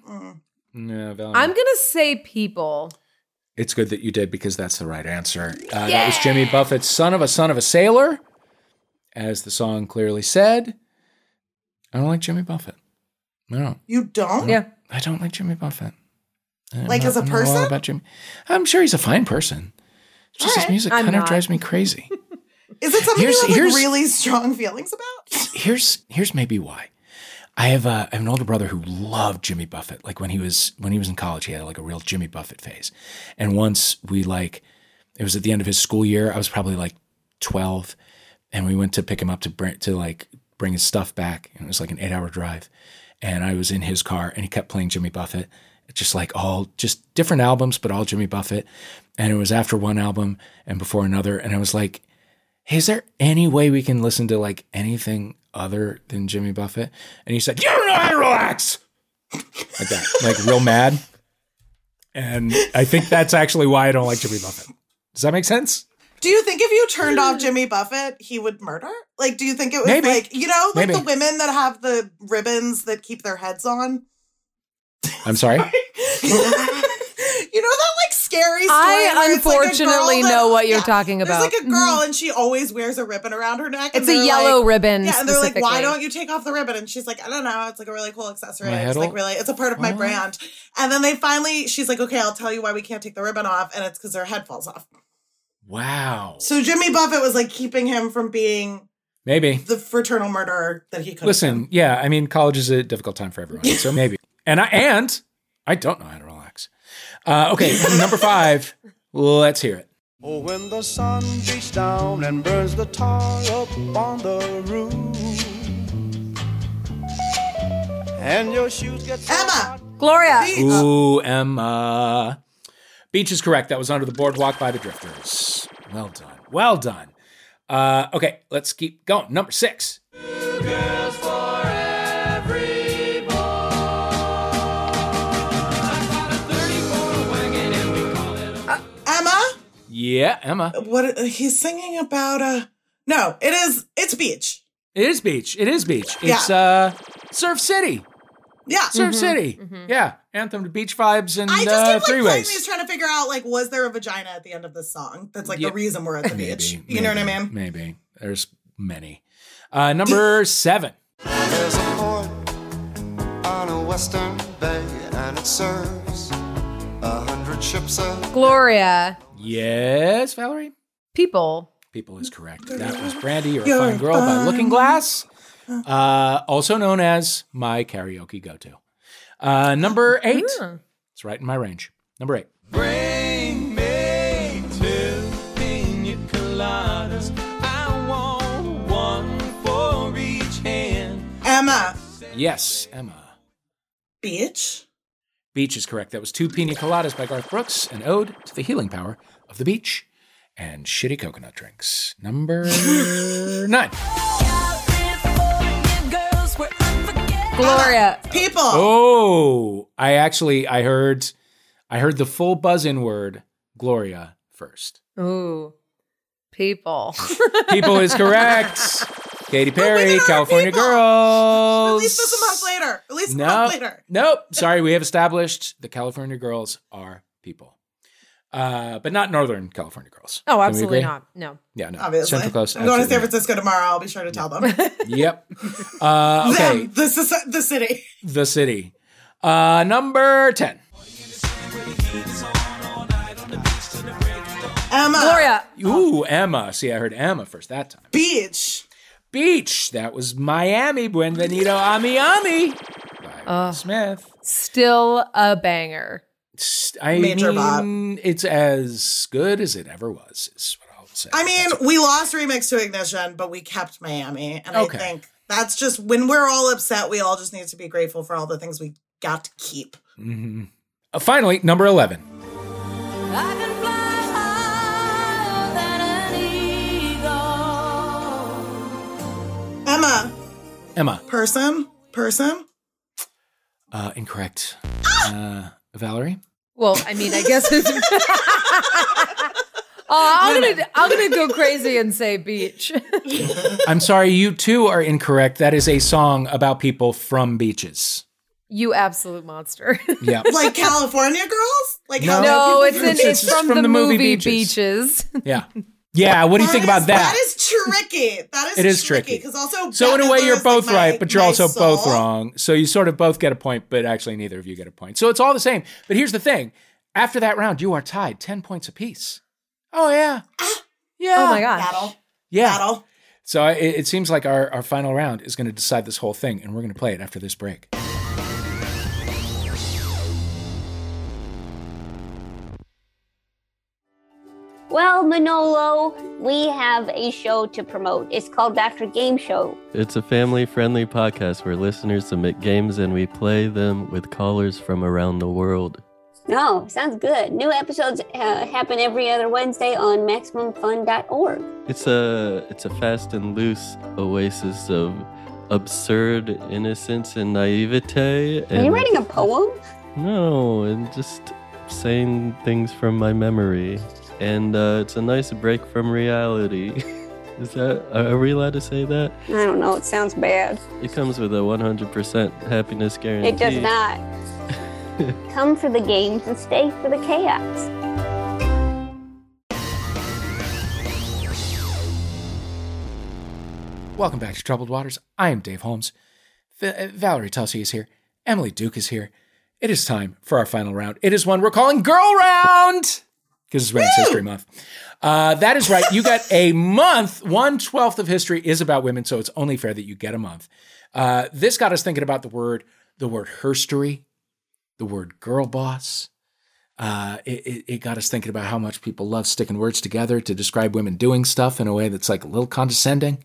S3: Emma,
S1: Yeah, Valerie.
S2: I'm gonna say people.
S1: it's good that you did because that's the right answer. Uh, That was Jimmy Buffett's "Son of a Son of a Sailor," as the song clearly said. I don't like Jimmy Buffett. No,
S3: you don't.
S2: Yeah.
S1: I don't like Jimmy Buffett. I'm
S3: Like
S1: not-
S3: as a
S1: I'm not wild
S3: person?
S1: about Jimmy. I'm sure he's a fine person. Just his
S3: Alright.
S1: music
S2: I'm
S1: kind of
S2: not.
S1: drives me crazy.
S3: Is it something
S1: Here's-
S3: you have like,
S1: here's-
S3: really strong feelings about?
S1: here's here's maybe why. I have, a, I have an older brother who loved Jimmy Buffett. Like when he was when he was in college, he had like a real Jimmy Buffett phase. And once we like, it was at the end of his school year. I was probably like twelve, and we went to pick him up to bring to like bring his stuff back. And it was like an eight hour drive, and I was in his car, and he kept playing Jimmy Buffett, just like all just different albums, but all Jimmy Buffett. And it was after one album and before another, and I was like, hey, is there any way we can listen to like anything other than Jimmy Buffett? And he said, you don't know how to relax. Like that, like real mad. And I think that's actually why I don't like Jimmy Buffett. Does that make sense?
S3: Do you think if you turned off Jimmy Buffett, he would murder? Like, do you think it was
S1: Hmm. Maybe.
S3: like you know, like
S1: Maybe.
S3: the women that have the ribbons that keep their heads on?
S1: I'm sorry.
S3: you know that like scary story.
S2: I
S3: where it's like a girl
S2: unfortunately
S3: that-
S2: know what you're
S3: Yeah.
S2: talking about. Mm-hmm.
S3: There's like a girl and she always wears a ribbon around her neck. and
S2: It's a
S3: they're
S2: yellow
S3: like-
S2: ribbon
S3: Yeah, and they're like, why
S2: specifically.
S3: don't you take off the ribbon? And she's like, I don't know. It's like a really cool accessory.
S2: My
S3: It's
S2: head'll-
S3: like really, it's a part of my
S2: What?
S3: brand. And then they finally, she's like, okay, I'll tell you why we can't take the ribbon off, and it's because their head falls off.
S1: Wow.
S3: So Jimmy Buffett was like keeping him from being
S1: Maybe.
S3: the fraternal murderer that he could.
S1: Listen, yeah, I mean, college is a difficult time for everyone, so maybe. And I and I don't know how to relax. Uh, okay, number five. Let's hear it.
S14: Oh, when the sun beats down and burns the tar up on the roof, and your shoes get Emma,
S2: Gloria.
S3: Uh,
S1: Ooh, Emma. Beach is correct. That was under the boardwalk by the Drifters. Well done. Well done. Uh, okay, let's keep going. Number six.
S3: Emma,
S1: Yeah, Emma.
S3: what he's singing about? Uh, no, it is. It's beach.
S1: It is Beach. It is Beach.
S3: Yeah.
S1: It's uh, Surf City.
S3: Yeah,
S1: Surf City. Yeah, anthem to beach vibes and
S3: mm-hmm. I just
S1: uh,
S3: keep like
S1: three
S3: playing
S1: ways.
S3: these, trying to figure out like, was there a vagina at the end of this song? That's like
S1: Yeah.
S3: the reason we're at the
S1: Maybe,
S3: beach. You know what I
S1: maybe,
S3: mean?
S1: Maybe. There's many. Uh, number seven.
S15: There's a port on a western bay, and it serves a hundred ships a
S2: Gloria.
S1: Yes, Valerie?
S2: People.
S1: People is correct. That was Brandy, You're a
S2: You're
S1: Fine Girl by
S2: fine.
S1: Looking Glass, uh, also known as my karaoke go to. Uh, number eight.
S2: Hmm.
S1: It's right in my range. Number eight.
S14: Bring me two pina coladas. I want one for each hand.
S3: Emma,
S1: Yes, Emma.
S3: beach.
S1: Beach is correct. That was two pina coladas by Garth Brooks, an ode to the healing power of the beach and shitty coconut drinks. Number nine.
S2: Gloria.
S3: People.
S1: Oh, I actually I heard I heard the full buzz in word Gloria first.
S2: Ooh. People. Oh,
S1: People is correct. Katy Perry, California Girls.
S3: At least this a month later. At least a
S1: No,
S3: month later.
S1: nope. Sorry, we have established the California Girls are people, uh, but not Northern California Girls. Can
S2: Oh,
S1: we
S2: absolutely
S1: agree?
S2: not. No.
S1: Yeah, no.
S3: Obviously.
S1: Central Coast.
S3: I'm going to San
S1: absolutely
S3: Francisco tomorrow. I'll be sure to tell them.
S1: not. Yep. Uh, okay,
S3: Them, the, soci- the city.
S1: the city. Uh, number ten.
S3: Emma.
S2: Gloria.
S1: Ooh, Emma. See, I heard Emma first that time.
S3: Beach.
S1: Beach. That was Miami. Buenvenido a Miami.
S2: Ugh.
S1: Smith.
S2: Still a banger.
S1: I
S3: Major
S1: mean, it's as good as it ever was. Is what I'll say.
S3: I mean, we lost remix to ignition, but we kept Miami, and
S1: Okay.
S3: I think that's just when we're all upset. We all just need to be grateful for all the things we got to keep.
S1: Mhm. Uh, finally, number eleven.
S3: Emma,
S1: Emma.
S3: person, person.
S1: Uh, incorrect. Uh,
S3: Ah!
S1: Valerie.
S2: Well, I mean, I guess it's. Uh, I'm gonna I'm gonna go crazy and say beach.
S1: I'm sorry, you too are incorrect. That is a song about people from beaches.
S2: you absolute monster.
S1: Yeah.
S3: like California girls. Like
S1: No.
S2: no,
S1: you-
S2: it's, in,
S1: it's-
S2: it's,
S1: it's
S2: from, the, movie, Beaches.
S1: Yeah. Yeah. What do you think about
S3: That
S1: that?
S3: is tricky. That is
S1: It is tricky.
S3: because also
S1: so in a
S3: Bette
S1: way,
S3: Midler
S1: you're
S3: is, like,
S1: both
S3: my-
S1: right, but you're
S3: my
S1: also
S3: soul.
S1: both wrong. So you sort of both get a point, but actually neither of you get a point. So it's all the same. But here's the thing: after that round, you are tied, ten points apiece. Oh yeah. Yeah.
S2: Oh my gosh.
S3: Battle.
S1: Yeah.
S3: Battle.
S1: So it, it seems like our, our final round is going to decide this whole thing, and we're going to play it after this break.
S16: Well, Manolo, we have a show to promote. It's called Dr. Game Show.
S17: It's a family friendly podcast where listeners submit games and we play them with callers from around the world.
S16: No, sounds good. New episodes uh, happen every other Wednesday on MaximumFun.org.
S17: It's a it's a fast and loose oasis of absurd innocence and naivete.
S16: Are
S17: And,
S16: you writing a poem?
S17: No, and just saying things from my memory. And uh, it's a nice break from reality. Is that are we allowed to say that?
S16: I don't know. It sounds bad.
S17: It comes with a 100% happiness guarantee.
S16: It does not. Come for the games and stay for the chaos.
S1: Welcome back to Troubled Waters. I am Dave Holmes. V- uh, Valerie Tussie is here. Emily Duke is here. It is time for our final round. It is one we're calling Girl Round because it's Women's History Month. Uh, that is right. You got a month. One twelfth of history is about women, so it's only fair that you get a month. Uh, this got us thinking about the word, the word herstory, the word girl boss. Uh, it, it, it got us thinking about how much people love sticking words together to describe women doing stuff in a way that's like a little condescending.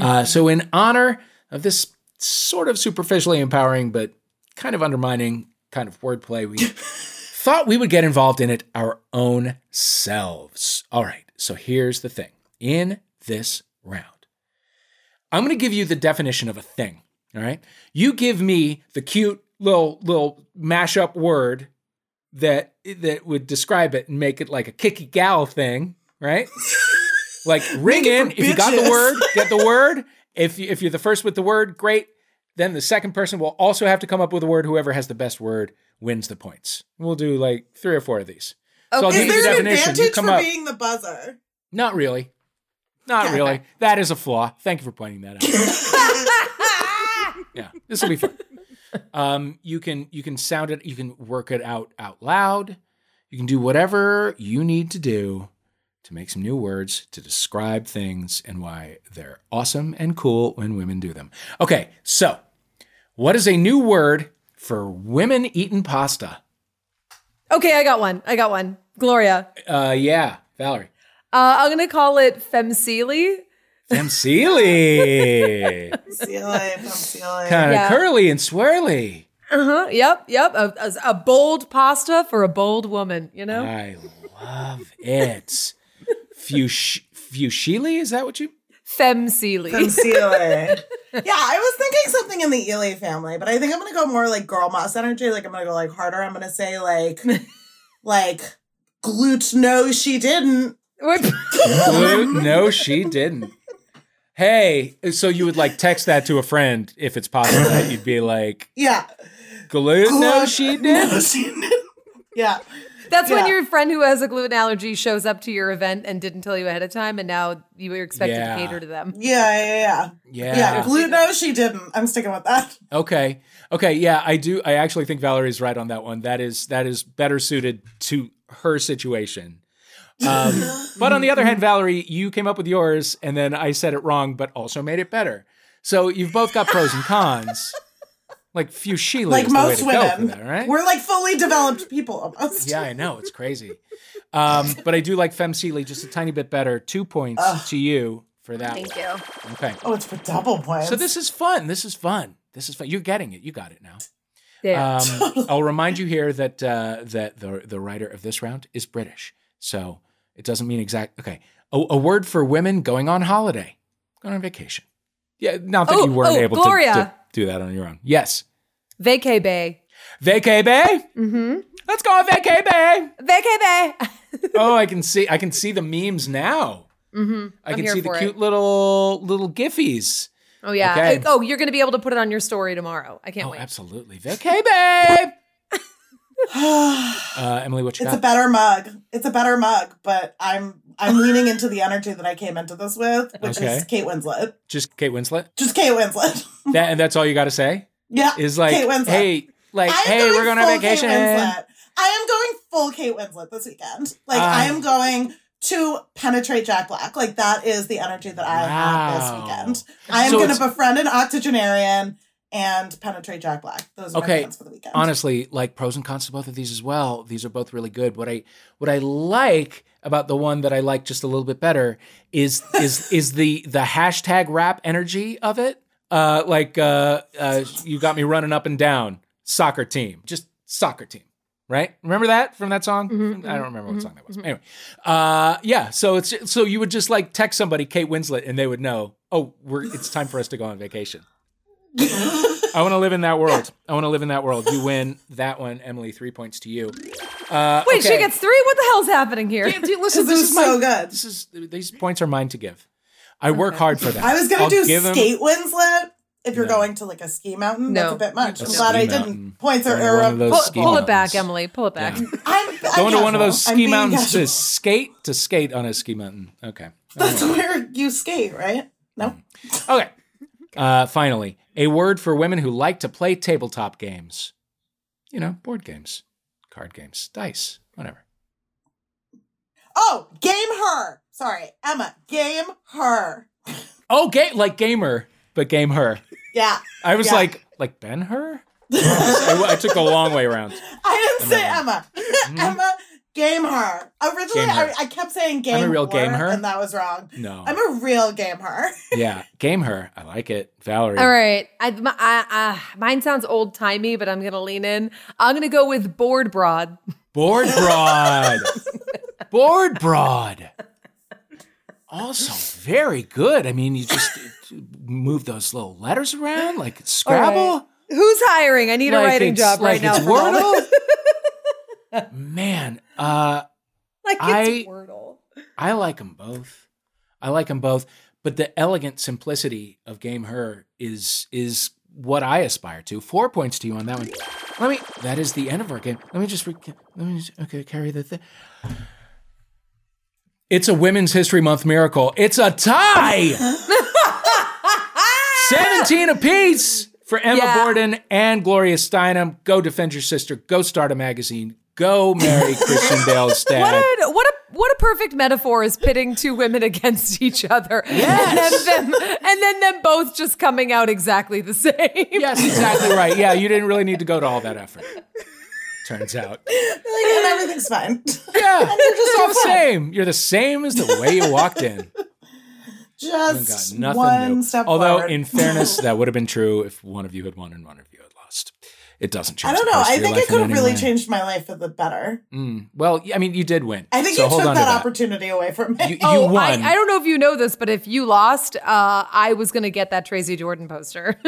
S1: Uh, so, in honor of this sort of superficially empowering but kind of undermining kind of wordplay, we thought we would get involved in it our own selves. All right. So, here's the thing in this round, I'm going to give you the definition of a thing. All right. You give me the cute little, little mashup word that that would describe it and make it like a kicky gal thing, right? like ring in if you got the
S18: bitches.
S1: word, get the word. If you, if you're the first with the word, great. Then the second person will also have to come up with a word. Whoever has the best word wins the points. We'll do like three or four of these. So I'll
S3: Is
S1: give you the
S3: there an
S1: definition. You
S3: advantage
S1: come
S3: for
S1: up.
S3: being the buzzer?
S1: Not really. Not
S3: Yeah.
S1: really. That is a flaw. Thank you for pointing that out. yeah, this will be fun. Um, you can you can sound it. You can work it out out loud. You can do whatever you need to do to make some new words to describe things and why they're awesome and cool when women do them. Okay, so what is a new word for women eating pasta?
S2: Okay, I got one. I got one. Gloria.
S1: Uh, yeah, Valerie.
S2: Uh, I'm gonna call it femseely.
S1: Femseely. kind of
S2: Yeah.
S1: curly and swirly.
S2: Uh huh. Yep. Yep. A, a, a bold pasta for a bold woman. You know.
S1: I love it. Fush- Fushili, is that what you?
S2: Femseely.
S3: Femseely. yeah, I was thinking something in the Ely family, but I think I'm gonna go more like girl moss energy. Like I'm gonna go like harder. I'm gonna say like like glute. No, she didn't.
S1: Glute? No, she didn't. Hey, so you would like text that to a friend if it's possible. Right? You'd be like,
S3: yeah.
S1: glute? No, she didn't.
S3: Yeah.
S2: That's when
S3: Yeah.
S2: your friend who has a gluten allergy shows up to your event and didn't tell you ahead of time, and now you were expected
S1: Yeah.
S2: to cater to them.
S3: Yeah, yeah, yeah.
S1: Yeah.
S3: Yeah, glute. No, she didn't. I'm sticking with that.
S1: Okay. Okay. Yeah, I do. I actually think Valerie's right on that one. That is that is better suited to her situation. Um, but on the other hand, Valerie, you came up with yours, and then I said it wrong, but also made it better. So you've both got pros and cons. Like few Sheila,
S3: like
S1: is the way
S3: most
S1: to go for
S3: women,
S1: that, right?
S3: we're like fully developed people almost.
S1: yeah, I know it's crazy. Um, but I do like Fem Seeley just a tiny bit better. Two points
S3: Ugh.
S1: to you for that.
S3: Thank
S1: one. Okay.
S3: Oh, it's for double points.
S1: So this is fun. This is fun. This is fun. You're getting it. You got it now.
S2: Yeah.
S1: Um, I'll remind you here that uh, that the the writer of this round is British, so it doesn't mean exact. Okay, a, a word for women going on holiday, going on vacation. Yeah, not that
S2: Oh,
S1: you weren't
S2: oh,
S1: able to,
S2: Gloria.
S1: to do that on your own. Yes,
S2: Vacay Bay.
S1: vacay bay.
S2: Mm-hmm.
S1: Let's go on vacay bay.
S2: Vacay Bay.
S1: oh, I can see. I can see the memes now.
S2: Mm-hmm.
S1: I can see the cute little little giffies.
S2: Oh yeah.
S1: Okay.
S2: I- oh, you're gonna be able to put it on your story tomorrow. I can't
S1: Oh,
S2: wait.
S1: absolutely, vacay babe.
S3: it's
S1: Uh, Emily, what you
S3: a
S1: got?
S3: better mug. It's a better mug, but I'm I'm leaning into the energy that I came into this with, which
S1: Okay.
S3: is Kate Winslet.
S1: Just Kate Winslet.
S3: Just Kate Winslet.
S1: That and that's all you got to say.
S3: Yeah,
S1: is like,
S3: Mm-hmm. Kate Winslet.
S1: hey, like,
S3: I'm
S1: hey,
S3: going
S1: we're going on
S3: full Kate
S1: vacation.
S3: Winslet. I am going full Kate Winslet this weekend. Like
S1: Ah.
S3: I am going to penetrate Jack Black. Like that is the energy that I
S1: Wow.
S3: have this weekend. I am
S1: So
S3: going to
S1: it's-
S3: befriend an octogenarian and penetrate Jack Black. Those are my
S1: Okay,
S3: plans for the weekend.
S1: honestly, like pros and cons to both of these as well. These are both really good. What I what I like about the one that I like just a little bit better is is is the the hashtag rap energy of it. Uh, like uh, uh, you got me running up and down. Soccer team, just soccer team, right? Remember that from that song?
S3: Mm-hmm,
S1: I don't remember what song that was. Anyway, uh, yeah. So it's so you would just like text somebody Kate Winslet, and they would know. Oh, we're it's time for us to go on vacation. I want to live in that world. I want to live in that world. You win that one, Emily. Three points to you. Uh,
S2: Wait, she
S1: okay.
S2: gets three? What the hell's happening here?
S1: listen, this is my-
S3: so good.
S1: This is these points are mine to give. I work hard for that.
S3: I was gonna
S1: I'll
S3: do
S1: give 'em-
S3: Skate Winslet. If you're
S1: No.
S3: going to like a ski mountain,
S2: No.
S3: that's a bit much.
S1: A
S3: I'm
S1: ski
S3: glad I
S1: mountain.
S3: didn't. Points are
S1: Going to one of those
S3: irrevocable.
S2: Pull,
S1: ski
S2: pull it
S1: mountains.
S2: back, Emily. Pull it back.
S1: Going to one of
S3: casual.
S1: those
S3: I'm
S1: ski
S3: being
S1: mountains
S3: casual.
S1: to skate to skate on a ski mountain. Okay.
S3: That's where you skate, right? No.
S1: Okay. Uh, finally, a word for women who like to play tabletop games. You know, board games, card games, dice, whatever.
S3: Oh, game her. Sorry, Emma. Game her.
S1: Oh, game like gamer, but game her.
S3: Yeah.
S1: I was
S3: Yeah.
S1: like, like Ben her. I, I took the long way around.
S3: I didn't say
S1: Emma. Mm-hmm.
S3: Emma. Emma, game her. Originally,
S1: Game her.
S3: I, I kept saying game.
S1: I'm a real game her.
S3: and that was wrong.
S1: No.
S3: I'm a real game her.
S1: Yeah, game her. I like it, Valerie.
S2: All right. I, my, I, I, mine sounds old timey, but I'm going to lean in. I'm going to go with board broad.
S1: Board broad. Board broad. Also very good. I mean, you just move those little letters around like it's
S2: All right.
S1: Scrabble.
S2: Who's hiring? I need a
S1: Like
S2: writing
S1: it's-
S2: job right
S1: like
S2: now.
S1: it's
S2: for all
S1: Wordle?
S2: this.
S1: Man, uh,
S2: like
S1: I-
S2: it's Wordle.
S1: I like them both. I like them both, but the elegant simplicity of Game Her is is what I aspire to. Four points to you on that one. Let me. That is the end of our game. Let me just. Re- let me just. Okay, carry the thing. It's a Women's History Month miracle. It's a tie. Seventeen apiece for Emma
S2: Yeah.
S1: Borden and Gloria Steinem. Go defend your sister. Go start a magazine. Go marry Christian Bale's dad.
S2: What a, what a what a perfect metaphor is pitting two women against each other, and then them and then them both just coming out exactly the same. Yes,
S1: exactly right. Yeah, you didn't really need to go to all that effort. Turns out.
S3: Like, and everything's fine.
S1: Yeah.
S3: and they're just
S1: You're
S3: all
S1: the
S3: fun.
S1: same. You're the same as the way you walked in. You got
S3: Just
S1: nothing
S3: one
S1: new.
S3: step
S1: Although,
S3: forward.
S1: in fairness, that would have been true if one of you had won and one of you had lost. It doesn't change.
S3: I don't
S1: the
S3: know.
S1: course of
S3: I
S1: your
S3: think
S1: life
S3: it
S1: in
S3: could have
S1: any
S3: really
S1: way.
S3: changed my life for the better.
S1: Mm. Well, y- I mean, you did win.
S3: I think
S1: so
S3: you
S1: hold
S3: took
S1: on
S3: that,
S1: to
S3: opportunity away from me.
S1: that. You, you
S2: Oh,
S1: won.
S2: I, I don't know if you know this, but if you lost, uh, I was going to get that Tracy Jordan poster.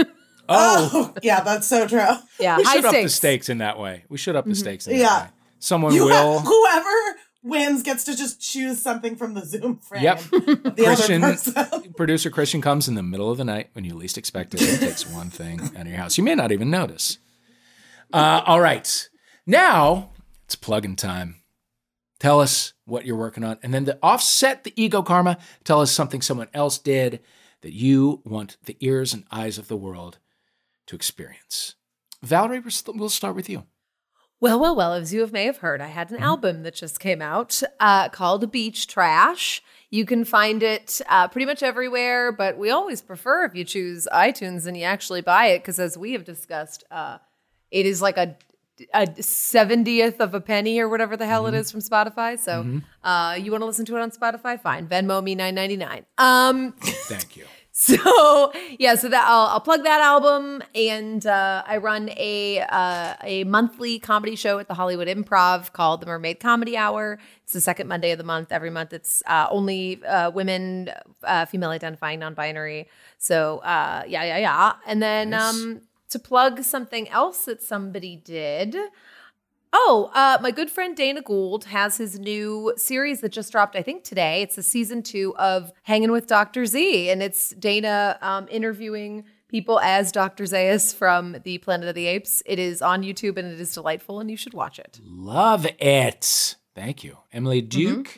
S1: oh,
S3: yeah, that's so true.
S2: yeah,
S1: we
S2: high
S1: should up the
S2: stakes.
S1: stakes in that way. We should up the
S2: Mm-hmm.
S1: stakes in that
S3: Yeah.
S1: way. Someone
S3: You
S1: will.
S3: have, whoever wins gets to just choose something from the Zoom frame.
S1: Yep.
S3: The
S1: Christian,
S3: other person.
S1: producer Christian comes in the middle of the night when you least expect it and takes one thing out of your house. You may not even notice. Uh, all right. Now it's plug-in time. Tell us what you're working on. And then to offset the ego karma, tell us something someone else did that you want the ears and eyes of the world to experience. Valerie, we're st- we'll start with you.
S2: Well, well, well, as you have- may have heard, I had an album that just came out uh, called Beach Trash. You can find it uh, pretty much everywhere, but we always prefer if you choose iTunes and you actually buy it because, as we have discussed, uh, it is like a a seventieth of a penny or whatever the hell it is from Spotify. So,
S1: Mhm.
S2: uh, you want to listen to it on Spotify? Fine, Venmo me nine ninety nine. Um,
S1: Thank you.
S2: so yeah, so that I'll, I'll plug that album, and uh, I run a uh, a monthly comedy show at the Hollywood Improv called the Mermaid Comedy Hour. It's the second Monday of the month. Every month, it's uh, only uh, women, uh, female identifying, non binary. So uh, yeah, yeah, yeah. And then
S18: Nice.
S2: um, to plug something else that somebody did. Oh, uh, my good friend Dana Gould has his new series that just dropped, I think today. It's a season two of Hanging with Dr. Z, and it's Dana um, interviewing people as Dr. Zaius from the Planet of the Apes. It is on YouTube and it is delightful, and you should watch it.
S1: Love it. Thank you. Emily Duke.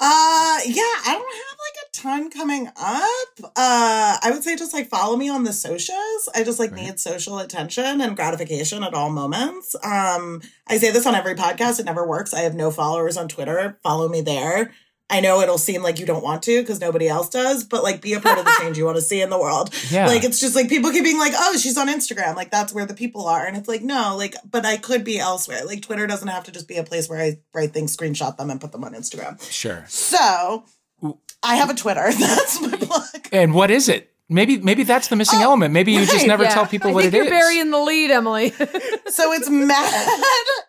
S3: Uh yeah, I don't have like a ton coming up. Uh I would say just like follow me on the socials. I just like need social attention and gratification at all moments. Um I say this on every podcast, it never works. I have no followers on Twitter. Follow me there. I know it'll seem like you don't want to because nobody else does, but like be a part of the change you want to see in the world.
S1: Yeah.
S3: Like it's just like people keep being like, oh, she's on Instagram. Like that's where the people are. And it's like, no, like, but I could be elsewhere. Like Twitter doesn't have to just be a place where I write things, screenshot them, and put them on Instagram.
S1: Sure.
S3: So I have a Twitter. That's my plug.
S1: And what is it? Maybe maybe that's the
S3: Oh,
S1: missing element. Maybe you just never tell people what it is.
S2: the lead, Emily.
S3: so it's mad.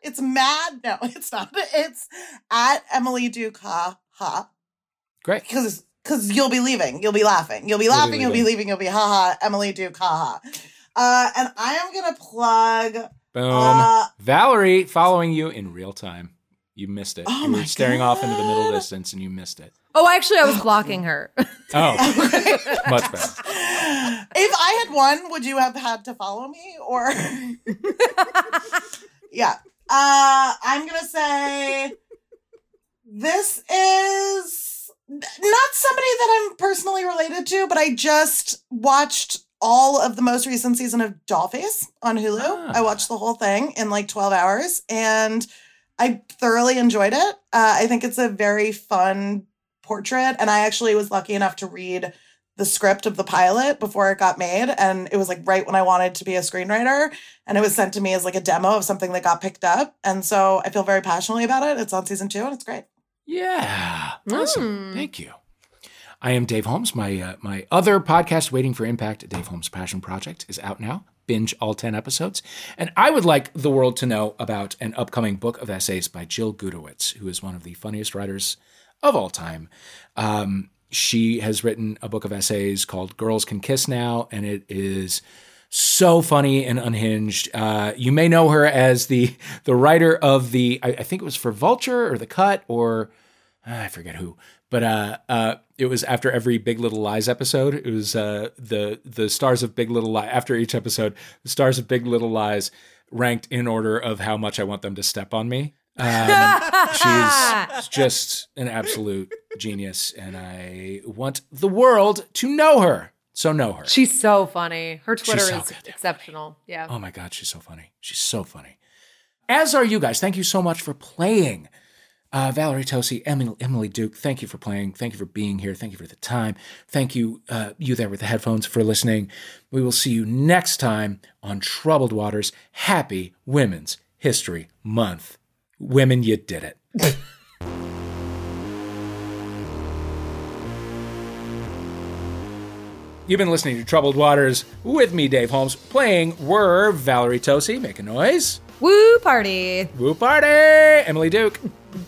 S3: It's mad. No, it's not. It's at Emily Duke ha ha.
S1: Great.
S3: Because because you'll be leaving. You'll be laughing. You'll be laughing. You'll be
S1: leaving.
S3: leaving. You'll be ha ha. Emily Duke ha ha. Uh, and I am gonna plug.
S1: Boom.
S3: Uh,
S1: Valerie following you in real time. You missed it.
S3: Oh
S1: you were
S3: my
S1: staring off into the middle distance and you missed it.
S2: Oh, actually, I was blocking her.
S1: Oh, much better.
S3: If I had won, would you have had to follow me or? yeah. Uh, I'm gonna say this is not somebody that I'm personally related to, but I just watched all of the most recent season of Dollface on Hulu. I watched the whole thing in like 12 hours and I thoroughly enjoyed it. Uh, I think it's a very fun portrait. And I actually was lucky enough to read the script of the pilot before it got made. And it was like right when I wanted to be a screenwriter. And it was sent to me as like a demo of something that got picked up. And so I feel very passionately about it. It's on season two and it's great.
S1: Yeah. Awesome. Thank you. I am Dave Holmes. My uh, my other podcast, Waiting for Impact, Dave Holmes Passion Project, is out now. Binge all 10 episodes. And I would like the world to know about an upcoming book of essays by Jill Gudowitz, who is one of the funniest writers of all time. Um, she has written a book of essays called Girls Can Kiss Now, and it is so funny and unhinged. Uh, you may know her as the the writer of the I, I think it was for Vulture or The Cut or ah, I forget who, but uh, uh, it was after every Big Little Lies episode. It was uh, the the stars of Big Little Lies after each episode. The stars of Big Little Lies ranked in order of how much I want them to step on me. Um, she's just an absolute genius, and I want the world to know her. So know her.
S2: She's so funny. Her Twitter
S1: so
S2: is exceptional. Yeah.
S1: Oh my God, she's so funny. She's so funny. As are you guys. Thank you so much for playing. Uh, Valerie Tosi, Emily, Emily Duke, thank you for playing. Thank you for being here. Thank you for the time. Thank you, uh, you there with the headphones, for listening. We will see you next time on Troubled Waters. Happy Women's History Month. Women, you did it. You've been listening to Troubled Waters with me, Dave Holmes. Playing were Valerie Tosi, make a noise.
S2: Woo party.
S1: Woo party! Emily Duke.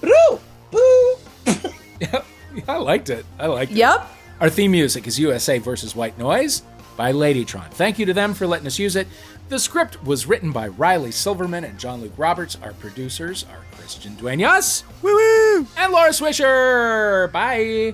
S1: Boo! Boo! I liked it. I liked it.
S2: Yep.
S1: Our theme music is USA versus White Noise by Ladytron. Thank you to them for letting us use it. The script was written by Riley Silverman and John Luke Roberts. Our producers are Christian Duenas. Woo woo! And Laura Swisher. Bye.